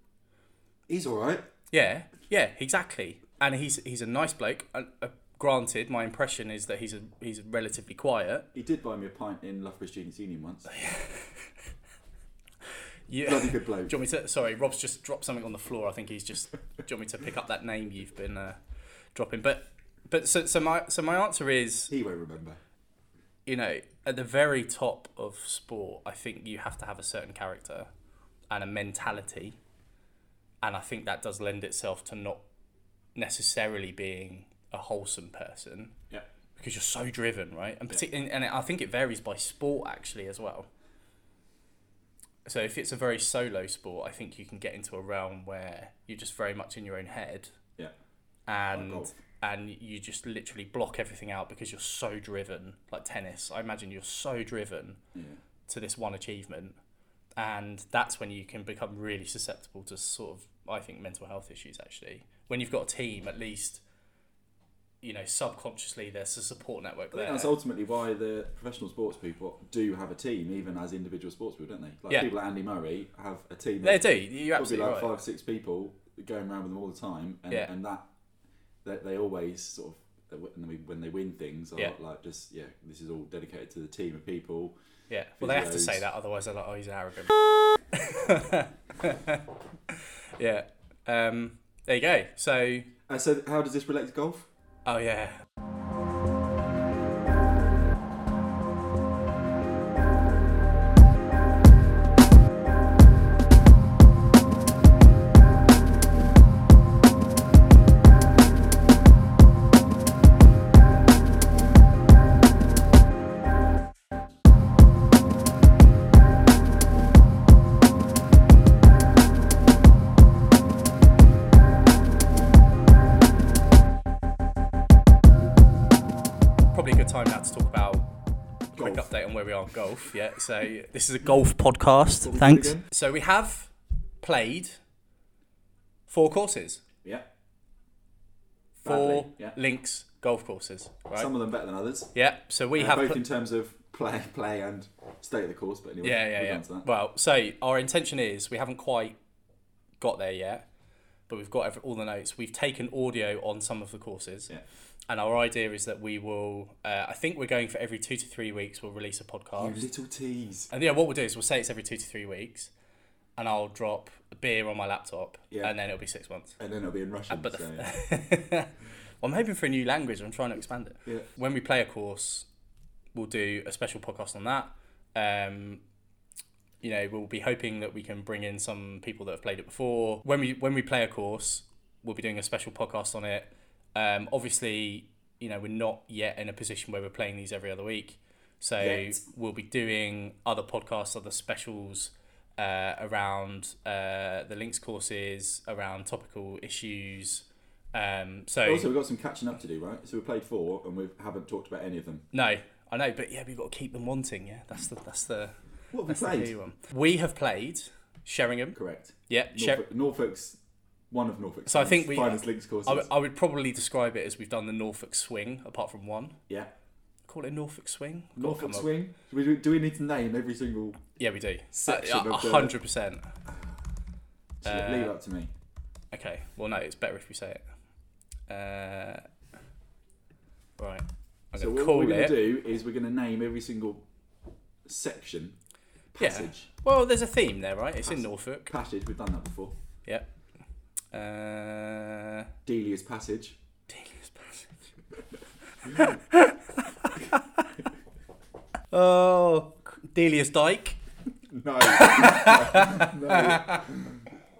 Speaker 2: He's all right.
Speaker 1: Yeah, yeah, exactly. And he's he's a nice bloke. Uh, uh, granted, my impression is that he's a, he's relatively quiet.
Speaker 2: He did buy me a pint in Loughborough Students' Union once.
Speaker 1: You,
Speaker 2: Bloody good bloke.
Speaker 1: Do you want me to? Sorry, Rob's just dropped something on the floor. I think he's just. do you want me to pick up that name you've been uh, dropping? But but so so my so my answer is
Speaker 2: He won't remember.
Speaker 1: you know, at the very top of sport, I think you have to have a certain character and a mentality. And I think that does lend itself to not necessarily being a wholesome person.
Speaker 2: Yeah.
Speaker 1: Because you're so driven, right? And particularly, and I think it varies by sport actually as well. So if it's a very solo sport, I think you can get into a realm where you're just very much in your own head
Speaker 2: Yeah.
Speaker 1: and
Speaker 2: golf.
Speaker 1: and you just literally block everything out because you're so driven like tennis i imagine you're so driven
Speaker 2: Yeah.
Speaker 1: to this one achievement and that's when you can become really susceptible to sort of i think mental health issues actually when you've got a team at least you know subconsciously there's a support network
Speaker 2: I think
Speaker 1: there
Speaker 2: that's ultimately why the professional sports people do have a team, even as individual sports people, don't they? Like
Speaker 1: Yeah.
Speaker 2: people like Andy Murray have a team.
Speaker 1: they
Speaker 2: of
Speaker 1: do you're
Speaker 2: probably
Speaker 1: absolutely
Speaker 2: like
Speaker 1: right
Speaker 2: five, six people going around with them all the time, and,
Speaker 1: Yeah.
Speaker 2: and that they, they always sort of they win- when they- when they win things, are
Speaker 1: Yeah.
Speaker 2: like just yeah, this is all dedicated to the team of people.
Speaker 1: Yeah, well, they have to say
Speaker 2: physios.
Speaker 1: that, otherwise they're like, oh, he's arrogant. yeah. Um, there you go. So,
Speaker 2: Uh, so how does this relate to golf?
Speaker 1: oh yeah. Probably a good time now to talk about a quick
Speaker 2: Golf.
Speaker 1: update on where we are in golf. Yeah. So this is a golf podcast.
Speaker 2: What we did
Speaker 1: Thanks.
Speaker 2: again?
Speaker 1: So we have played four courses,
Speaker 2: Yeah,
Speaker 1: four
Speaker 2: Badly, yeah.
Speaker 1: links golf courses. Right.
Speaker 2: some of them better than others.
Speaker 1: yeah. So we
Speaker 2: Uh,
Speaker 1: have
Speaker 2: both
Speaker 1: pl-
Speaker 2: in terms of play, play, and state of the course. But anyway,
Speaker 1: Yeah, yeah,
Speaker 2: we'll
Speaker 1: yeah.
Speaker 2: get onto that.
Speaker 1: Well, so our intention is we haven't quite got there yet, but we've got every, all the notes. We've taken audio on some of the courses,
Speaker 2: Yeah.
Speaker 1: and our idea is that we will. Uh, I think we're going for every two to three weeks. We'll release a
Speaker 2: You
Speaker 1: podcast,
Speaker 2: Oh, little tease.
Speaker 1: and yeah, what we'll do is we'll say it's every two to three weeks, and I'll drop a beer on my laptop,
Speaker 2: Yeah.
Speaker 1: and then it'll be six months.
Speaker 2: And then it'll be in Russian.
Speaker 1: but the-
Speaker 2: so,
Speaker 1: well, I'm hoping for a new language. I'm trying to expand it.
Speaker 2: Yeah.
Speaker 1: When we play a course, we'll do a special podcast on that. Um, you know, we'll be hoping that we can bring in some people that have played it before. When we when we play a course, we'll be doing a special podcast on it. Um, obviously, you know, we're not yet in a position where we're playing these every other week, so
Speaker 2: Yet.
Speaker 1: we'll be doing other podcasts, other specials uh, around uh, the links courses, around topical issues. Um, so
Speaker 2: Also, we've got some catching up to do, right? So we played four, and we haven't talked about any of them.
Speaker 1: no, I know, but yeah, we've got to keep them wanting. Yeah, that's the that's the
Speaker 2: What have
Speaker 1: that's
Speaker 2: we
Speaker 1: the
Speaker 2: played?
Speaker 1: key one. We have played Sheringham.
Speaker 2: Correct.
Speaker 1: Yeah, Sher-
Speaker 2: Norfolk, Norfolk's one of Norfolk's.
Speaker 1: So I
Speaker 2: finest-
Speaker 1: think we-
Speaker 2: finest links courses.
Speaker 1: I, w- I would probably describe it as we've done the Norfolk swing, apart from one.
Speaker 2: yeah,
Speaker 1: Call it Norfolk swing. Gotta
Speaker 2: Norfolk
Speaker 1: come up-
Speaker 2: swing. Do we, do we need to name every single?
Speaker 1: Yeah, we do.
Speaker 2: Section
Speaker 1: Uh, A
Speaker 2: of the-
Speaker 1: hundred percent. Uh,
Speaker 2: leave it up to me.
Speaker 1: Okay. Well, no, it's better if we say it. Uh, right. I'm
Speaker 2: So
Speaker 1: gonna
Speaker 2: what,
Speaker 1: call
Speaker 2: we're
Speaker 1: it.
Speaker 2: going to do is we're going to name every single section,
Speaker 1: Yeah.
Speaker 2: passage,
Speaker 1: Well, there's a theme there, right? It's in Norfolk.
Speaker 2: passage. We've done that before.
Speaker 1: Yep. Uh,
Speaker 2: Delia's passage.
Speaker 1: Delia's Passage. oh, Delia's Dyke.
Speaker 2: No, No. no.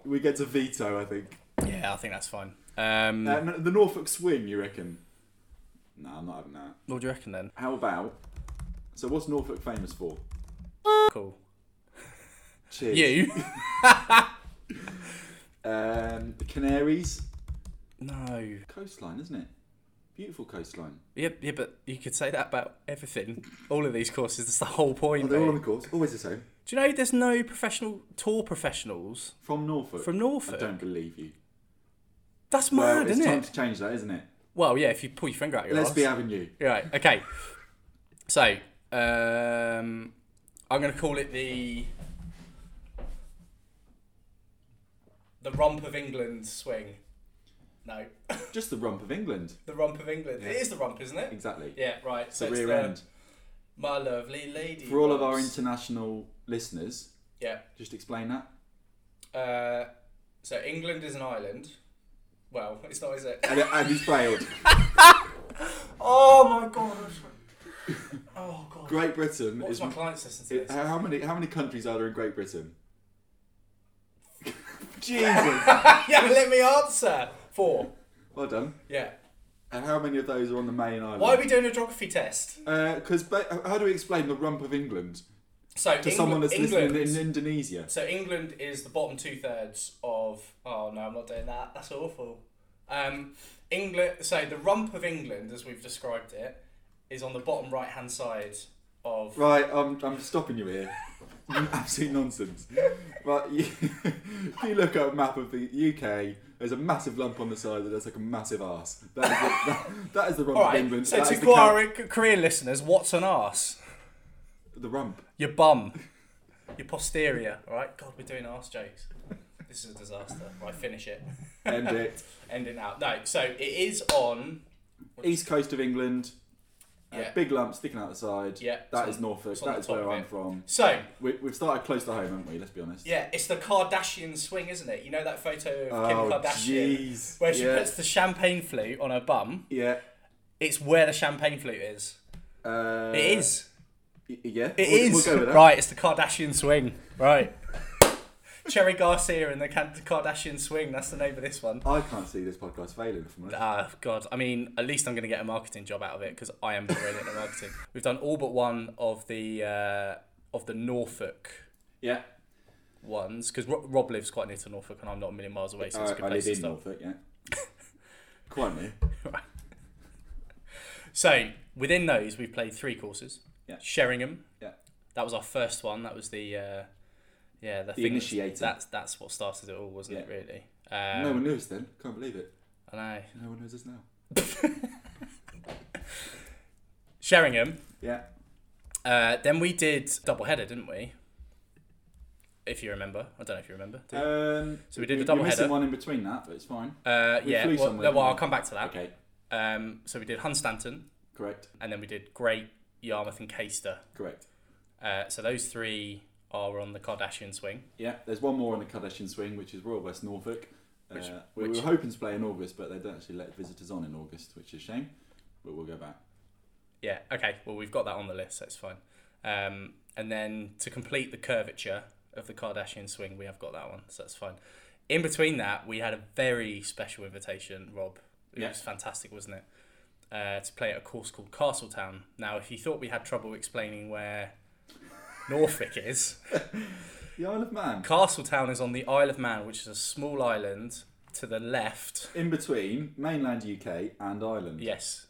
Speaker 2: We get to veto, I think. Uh,
Speaker 1: Yeah, I think that's fine. Um,
Speaker 2: Um, the Norfolk swing, you reckon? No, I'm not having that.
Speaker 1: What do you reckon then?
Speaker 2: How about? So what's Norfolk famous for?
Speaker 1: Cool.
Speaker 2: Cheers.
Speaker 1: You?
Speaker 2: Um, the Canaries
Speaker 1: No.
Speaker 2: coastline, isn't it? Beautiful coastline.
Speaker 1: Yeah, yeah, but you could say that about everything. All of these courses, that's the whole point.
Speaker 2: Oh, they're all on
Speaker 1: mate.
Speaker 2: the course. Always the same.
Speaker 1: Do you know there's no professional tour professionals
Speaker 2: From Norfolk.
Speaker 1: from
Speaker 2: I
Speaker 1: Norfolk?
Speaker 2: don't believe you.
Speaker 1: That's
Speaker 2: well,
Speaker 1: mad,
Speaker 2: it's
Speaker 1: isn't
Speaker 2: time
Speaker 1: it?
Speaker 2: to change that, isn't it?
Speaker 1: Well, yeah, if you pull your finger out your
Speaker 2: Let's
Speaker 1: arse.
Speaker 2: be having you.
Speaker 1: Right, okay. So, um, I'm going to call it the the Romp of England swing. No,
Speaker 2: Just the rump of England.
Speaker 1: the Romp of England. It is the Romp, isn't it?
Speaker 2: Exactly.
Speaker 1: Yeah, right. So
Speaker 2: the
Speaker 1: it's
Speaker 2: rear
Speaker 1: the,
Speaker 2: end.
Speaker 1: My lovely lady.
Speaker 2: For all of our
Speaker 1: romps.
Speaker 2: international listeners,
Speaker 1: yeah.
Speaker 2: just explain that.
Speaker 1: Uh, so England is an island. Well, it's not, is it?
Speaker 2: And, and he's failed.
Speaker 1: Oh my god. Oh god.
Speaker 2: Great Britain
Speaker 1: What's
Speaker 2: is.
Speaker 1: my clients listening to
Speaker 2: it-
Speaker 1: this?
Speaker 2: how many how many countries are there in Great Britain? Jesus.
Speaker 1: yeah, let me answer. Four.
Speaker 2: Well done.
Speaker 1: Yeah.
Speaker 2: And how many of those are on the main island?
Speaker 1: Why are we doing a geography test?
Speaker 2: Because Uh, ba- how do we explain the rump of England
Speaker 1: So
Speaker 2: to
Speaker 1: Engl-
Speaker 2: someone that's
Speaker 1: England,
Speaker 2: listening in Indonesia?
Speaker 1: So England is the bottom two thirds of. Oh no, I'm not doing that. That's awful. Um, England. So the rump of England, as we've described it, is on the bottom right hand side of.
Speaker 2: Right, I'm, I'm stopping you here. Absolute nonsense. Right, you, if you look at a map of the UK, there's a massive lump on the side that looks like a massive ass. That is the, that, that is the rump
Speaker 1: All
Speaker 2: of
Speaker 1: right.
Speaker 2: England.
Speaker 1: so
Speaker 2: that
Speaker 1: to
Speaker 2: is the, coun-
Speaker 1: Korean, Korean listeners, what's an arse?
Speaker 2: the rump.
Speaker 1: Your bum. Your posterior. All right. God, we're doing arse jokes. This is a disaster. Right, finish it.
Speaker 2: End it.
Speaker 1: End it now. No. So it is on.
Speaker 2: East coast of England. uh,
Speaker 1: Yeah.
Speaker 2: big lump sticking out the side.
Speaker 1: Yeah,
Speaker 2: That
Speaker 1: it's
Speaker 2: is
Speaker 1: on-
Speaker 2: Norfolk.
Speaker 1: it's on
Speaker 2: That
Speaker 1: the
Speaker 2: is
Speaker 1: top
Speaker 2: where
Speaker 1: of
Speaker 2: I'm
Speaker 1: it.
Speaker 2: from.
Speaker 1: So
Speaker 2: We, we've started close to home, haven't we? Let's be honest.
Speaker 1: Yeah, it's the Kardashian swing, isn't it? You know that photo of Kim
Speaker 2: Oh,
Speaker 1: Kardashian
Speaker 2: jeez.
Speaker 1: where she
Speaker 2: yeah.
Speaker 1: puts the champagne flute on her bum?
Speaker 2: Yeah.
Speaker 1: It's where the champagne flute is.
Speaker 2: Uh,
Speaker 1: It is.
Speaker 2: y- Yeah.
Speaker 1: It
Speaker 2: we'll,
Speaker 1: is.
Speaker 2: We'll go with that.
Speaker 1: Right, it's the Kardashian swing. Right. Cherry Garcia and the Kan- Kardashian swing. That's the name of this one.
Speaker 2: I can't see this podcast failing. From
Speaker 1: Ah, God. I mean, at least I'm going to get a marketing job out of it because I am brilliant at marketing. We've done all but one of the uh, of the Norfolk
Speaker 2: yeah.
Speaker 1: ones because Rob lives quite near to Norfolk and I'm not a million miles away, so it's a good
Speaker 2: I
Speaker 1: place
Speaker 2: live
Speaker 1: to
Speaker 2: in
Speaker 1: start.
Speaker 2: Norfolk. Yeah. Quite near.
Speaker 1: So within those, we've played three courses.
Speaker 2: Yeah.
Speaker 1: Sheringham.
Speaker 2: Yeah.
Speaker 1: That was our first one. That was the uh, yeah the,
Speaker 2: The
Speaker 1: thing
Speaker 2: initiator.
Speaker 1: That's that's what started it all, wasn't it?
Speaker 2: Yeah.
Speaker 1: Really. Um,
Speaker 2: no one knew us then. Can't believe it.
Speaker 1: I know.
Speaker 2: No one knows us now.
Speaker 1: Sheringham.
Speaker 2: Yeah.
Speaker 1: Uh, then we did double header, didn't we? If you remember, I don't know if you remember. do you?
Speaker 2: Um,
Speaker 1: So we did the
Speaker 2: you're
Speaker 1: double
Speaker 2: missing
Speaker 1: header.
Speaker 2: one in between that, but it's fine.
Speaker 1: Uh,
Speaker 2: we
Speaker 1: yeah.
Speaker 2: flew
Speaker 1: well,
Speaker 2: somewhere,
Speaker 1: well, I'll
Speaker 2: didn't we?
Speaker 1: come back to that.
Speaker 2: Okay.
Speaker 1: Um, so we did Hunstanton,
Speaker 2: Correct.
Speaker 1: and then we did Great Yarmouth and Caister.
Speaker 2: Correct.
Speaker 1: Uh, so those three are on the Kardashian swing.
Speaker 2: Yeah. There's one more on the Kardashian swing, which is Royal West Norfolk.
Speaker 1: Which-
Speaker 2: uh, we
Speaker 1: which-
Speaker 2: were hoping to play in August, but they don't actually let visitors on in August, which is a shame. But we'll go back.
Speaker 1: Yeah, okay. Well, we've got that on the list, so it's fine. Um, and then to complete the curvature of the Kardashian swing, we have got that one, so that's fine. In between that, we had a very special invitation, Rob. It
Speaker 2: Yeah.
Speaker 1: was fantastic, wasn't it? Uh, to play at a course called Castletown. Now, if you thought we had trouble explaining where Norfolk is,
Speaker 2: The Isle of Man.
Speaker 1: Castletown is on the Isle of Man, which is a small island to the left.
Speaker 2: In between mainland UK and Ireland.
Speaker 1: Yes.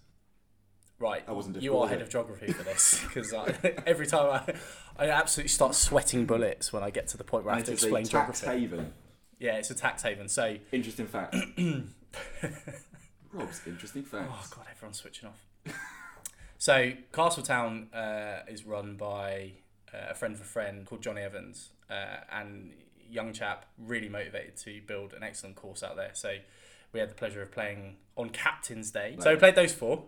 Speaker 1: Right.
Speaker 2: That wasn't
Speaker 1: You are
Speaker 2: difficult, was
Speaker 1: head
Speaker 2: it?
Speaker 1: of geography for this because every time I, I absolutely start sweating bullets when I get to the point where I
Speaker 2: And
Speaker 1: have
Speaker 2: it
Speaker 1: to
Speaker 2: is a
Speaker 1: explain
Speaker 2: tax
Speaker 1: geography.
Speaker 2: haven.
Speaker 1: yeah, it's a tax haven. So,
Speaker 2: Interesting fact. Rob's interesting
Speaker 1: oh
Speaker 2: facts.
Speaker 1: god, everyone's switching off. so, Castletown uh, is run by uh, a friend of a friend called Johnny Evans, uh, and young chap really motivated to build an excellent course out there. So, we had the pleasure of playing on Captain's Day. So we played those four,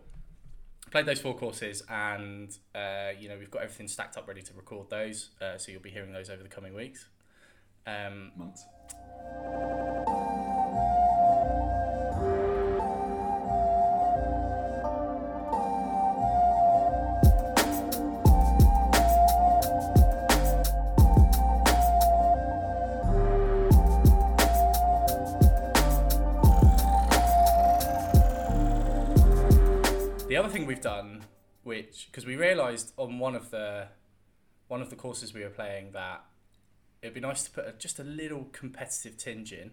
Speaker 1: played those four courses, and uh, you know we've got everything stacked up ready to record those. Uh, so you'll be hearing those over the coming weeks. Um,
Speaker 2: Months.
Speaker 1: the other thing we've done, which because we realised on one of the one of the courses we were playing that it'd be nice to put a, just a little competitive tinge in.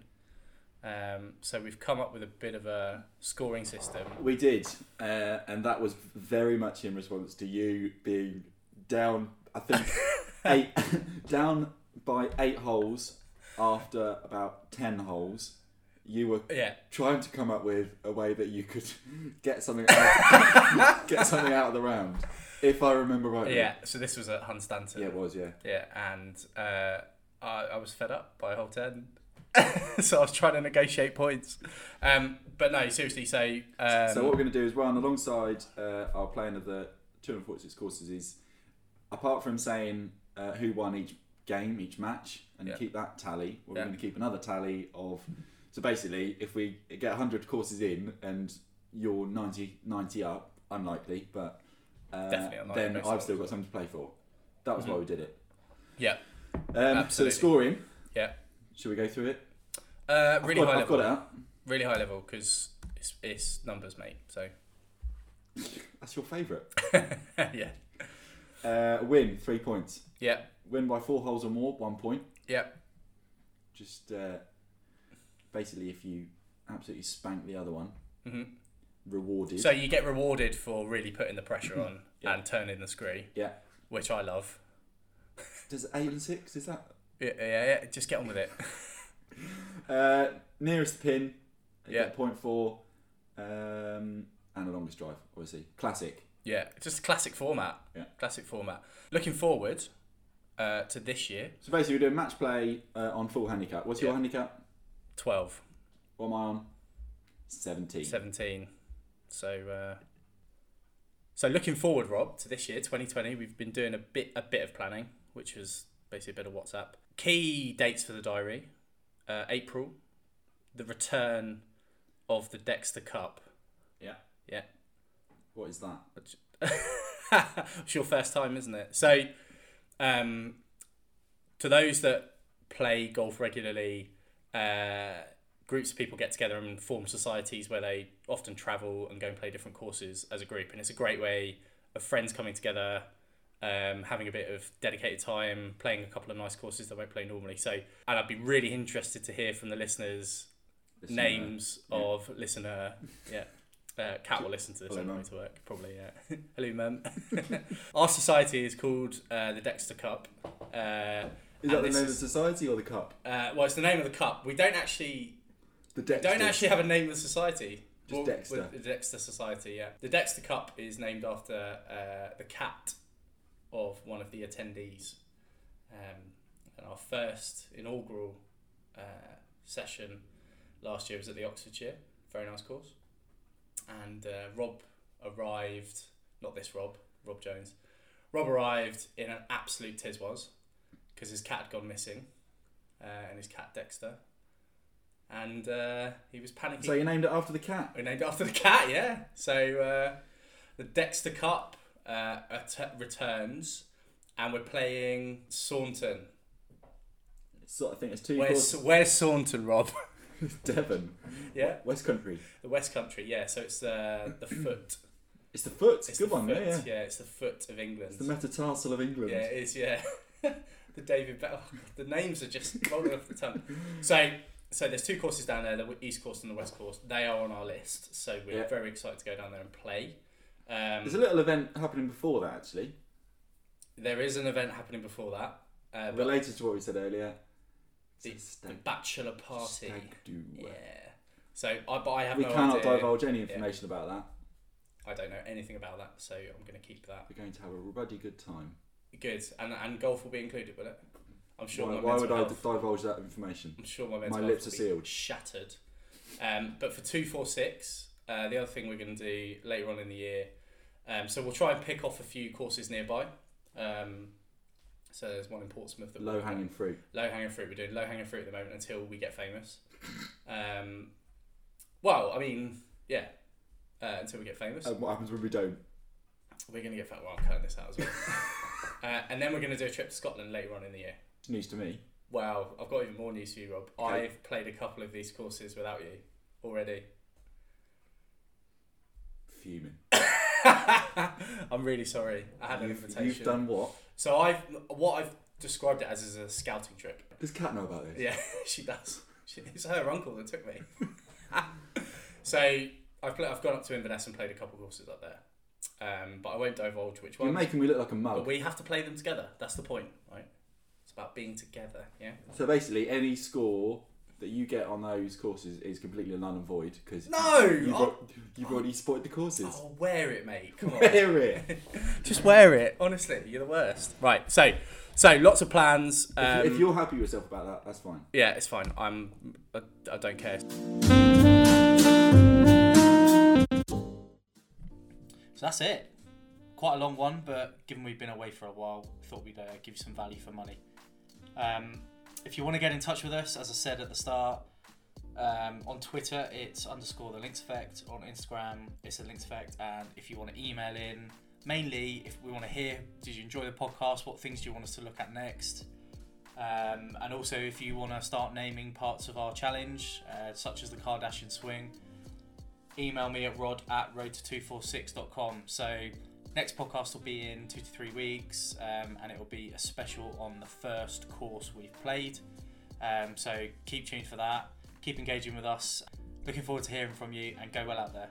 Speaker 1: Um, so we've come up with a bit of a scoring system.
Speaker 2: We did, uh, and that was very much in response to you being down. I think eight down by eight holes after about ten holes. You were
Speaker 1: Yeah,
Speaker 2: trying to come up with a way that you could get something out, get something out of the round, if I remember rightly.
Speaker 1: yeah. So this was at Hunstanton.
Speaker 2: yeah, it was. Yeah,
Speaker 1: Yeah, and uh, I, I was fed up by whole 10. so I was trying to negotiate points. Um, but no, seriously, so. Um,
Speaker 2: so what we're going to do is run alongside uh, our plan of the 246 courses is apart from saying uh, who won each game each match and
Speaker 1: Yeah.
Speaker 2: keep that tally we're
Speaker 1: Yeah.
Speaker 2: going to keep another tally of so basically if we get 100 courses in and you're 90 90 up unlikely but uh,
Speaker 1: Definitely unlikely
Speaker 2: then
Speaker 1: based on-
Speaker 2: i've still got something to play for that was why we did it
Speaker 1: Yeah.
Speaker 2: um, so the
Speaker 1: Absolutely.
Speaker 2: scoring
Speaker 1: Yeah.
Speaker 2: should we go through it
Speaker 1: Uh, really,
Speaker 2: I've got,
Speaker 1: high
Speaker 2: I've got
Speaker 1: level,
Speaker 2: it out
Speaker 1: really high level because it's, it's numbers, mate. So,
Speaker 2: that's your favourite
Speaker 1: yeah.
Speaker 2: uh, win three points
Speaker 1: Yeah.
Speaker 2: win by four holes or more one point
Speaker 1: Yeah.
Speaker 2: just uh, basically if you absolutely spank the other one,
Speaker 1: hmm
Speaker 2: rewarded.
Speaker 1: So you get rewarded for really putting the pressure on
Speaker 2: Yeah.
Speaker 1: and turning the screw.
Speaker 2: Yeah.
Speaker 1: Which I love.
Speaker 2: Does eight and six? Is that
Speaker 1: Yeah, yeah, yeah. Just get on with it.
Speaker 2: uh, nearest pin? you
Speaker 1: Yeah.
Speaker 2: get point four, um, and a longest drive. Obviously, classic.
Speaker 1: Yeah, just classic format.
Speaker 2: Yeah.
Speaker 1: Classic format. Looking forward uh, to this year,
Speaker 2: So basically, we're doing match play uh, on full handicap. What's your
Speaker 1: Yeah.
Speaker 2: handicap?
Speaker 1: 12,
Speaker 2: What am I on? Seventeen.
Speaker 1: 17. So, uh, so looking forward, Rob, to this year, 2020. We've been doing a bit, a bit of planning, which was basically a bit of WhatsApp. Key dates for the diary: uh, April, the return of the Dexter Cup.
Speaker 2: Yeah.
Speaker 1: Yeah.
Speaker 2: What is that?
Speaker 1: Which- it's your first time, isn't it? So, um, to those that play golf regularly, uh, groups of people get together and form societies where they often travel and go and play different courses as a group. And it's a great way of friends coming together, um, having a bit of dedicated time, playing a couple of nice courses they won't play normally. So, and I'd be really interested to hear from the listeners
Speaker 2: Listen, uh,
Speaker 1: names
Speaker 2: yeah.
Speaker 1: of listener. Yeah. Uh, Cat will listen to this
Speaker 2: Hello,
Speaker 1: on the way
Speaker 2: Mum.
Speaker 1: to work, probably. Yeah. Hello, mum. Our society is called uh, the Dexter Cup. Uh,
Speaker 2: Is that
Speaker 1: and
Speaker 2: the
Speaker 1: this
Speaker 2: name of
Speaker 1: is-
Speaker 2: society or the cup?
Speaker 1: uh, well, it's the name of the cup. We don't actually
Speaker 2: The
Speaker 1: we
Speaker 2: Dexter.
Speaker 1: don't actually have a name of the society.
Speaker 2: Just Dexter.
Speaker 1: with The Dexter Society, yeah. The Dexter Cup is named after uh, the cat of one of the attendees. Um, and our first inaugural uh, session last year was at the Oxfordshire. Very nice course. And uh, Rob arrived, not this Rob, Rob Jones. Rob arrived in an absolute tiswas because his cat had gone missing uh, and his cat Dexter. And uh, he was panicking.
Speaker 2: So you named it after the cat.
Speaker 1: We named it after the cat, yeah. So uh, the Dexter Cup uh, at- returns, and we're playing Saunton.
Speaker 2: So I think it's two
Speaker 1: Where's
Speaker 2: courses.
Speaker 1: Where's Saunton, Rob?
Speaker 2: Devon,
Speaker 1: yeah,
Speaker 2: West Country.
Speaker 1: the West Country. Yeah, so it's uh, the the foot.
Speaker 2: It's the foot. It's,
Speaker 1: It's
Speaker 2: a good
Speaker 1: the
Speaker 2: one.
Speaker 1: foot,
Speaker 2: Yeah, yeah.
Speaker 1: it's the foot of England.
Speaker 2: It's the metatarsal of England.
Speaker 1: yeah, it is. Yeah, the David. Be- oh, the names are just rolling off the tongue. So. So there's two courses down there, the East Course and the West Course. They are on our list, so we're
Speaker 2: Yeah.
Speaker 1: very excited to go down there and play. Um,
Speaker 2: There's a little event happening before that, actually,
Speaker 1: There is an event happening before that. Uh, but
Speaker 2: related to what we said earlier. It's
Speaker 1: the,
Speaker 2: a
Speaker 1: the
Speaker 2: stag,
Speaker 1: bachelor party.
Speaker 2: stag do.
Speaker 1: Yeah. So I, but I have
Speaker 2: We
Speaker 1: no
Speaker 2: cannot
Speaker 1: idea.
Speaker 2: divulge any information about that.
Speaker 1: I don't know anything about that, so I'm going to keep that.
Speaker 2: We're going to have a bloody good time.
Speaker 1: Good. And and golf will be included, will it? I'm sure.
Speaker 2: why
Speaker 1: my
Speaker 2: why
Speaker 1: mental
Speaker 2: would I
Speaker 1: health-
Speaker 2: divulge that information?
Speaker 1: I'm sure my
Speaker 2: My
Speaker 1: mental
Speaker 2: lips
Speaker 1: health will
Speaker 2: are
Speaker 1: be
Speaker 2: sealed.
Speaker 1: Shattered. Um, but for two, four, six, uh, the other thing we're going to do later on in the year. Um, so we'll try and pick off a few courses nearby. Um, so there's one in Portsmouth that we'll
Speaker 2: Low hanging fruit.
Speaker 1: low hanging fruit. We're doing low hanging fruit at the moment until we get famous. Um, well, I mean, yeah, uh, until we get famous,
Speaker 2: And what happens when we don't?
Speaker 1: we're gonna get fat. Well, I'm cutting this out as well. uh, and then we're gonna do a trip to Scotland later on in the year.
Speaker 2: It's news to me.
Speaker 1: Wow, I've got even more news for you, Rob.
Speaker 2: Okay.
Speaker 1: I've played a couple of these courses without you already.
Speaker 2: Fuming.
Speaker 4: I'm really sorry. I had an
Speaker 2: You've,
Speaker 4: invitation.
Speaker 2: you've done what?
Speaker 4: So I've what I've described it as is a scouting trip.
Speaker 2: Does Kat know about this?
Speaker 4: Yeah, she does. She, it's her uncle that took me. so I've pla I've gone up to Inverness and played a couple of courses up there, um, but I won't divulge which
Speaker 2: You're
Speaker 4: one.
Speaker 2: making me look like a
Speaker 4: But
Speaker 2: mug.
Speaker 4: we have to play them together. That's the point, right? It's about being together. Yeah.
Speaker 2: So basically, any score that you get on those courses is completely null and void because
Speaker 4: No,
Speaker 2: you've,
Speaker 4: I'll-
Speaker 2: al- you've already spoiled the courses.
Speaker 4: Oh, wear it, mate. Come on.
Speaker 2: Wear it. If-
Speaker 4: Just wear it. Honestly, you're the worst. Right. So, so lots of plans. Um,
Speaker 2: if you're happy with yourself about that, that's fine.
Speaker 4: yeah, it's fine. I'm. I, I don't care.
Speaker 1: So that's it. Quite a long one, but given we've been away for a while, I thought we'd uh, give you some value for money. Um, if you want to get in touch with us, as I said at the start, um, on Twitter it's underscore the links effect. On Instagram it's the links effect. And if you want to email in, mainly if we want to hear, did you enjoy the podcast? What things do you want us to look at next? Um, and also if you want to start naming parts of our challenge, uh, such as the Kardashian swing, email me at rod at road to 246.com. So, next podcast will be in two to three weeks, um, and it will be a special on the first course we've played. Um, so, keep tuned for that. Keep engaging with us. Looking forward to hearing from you, and go well out there.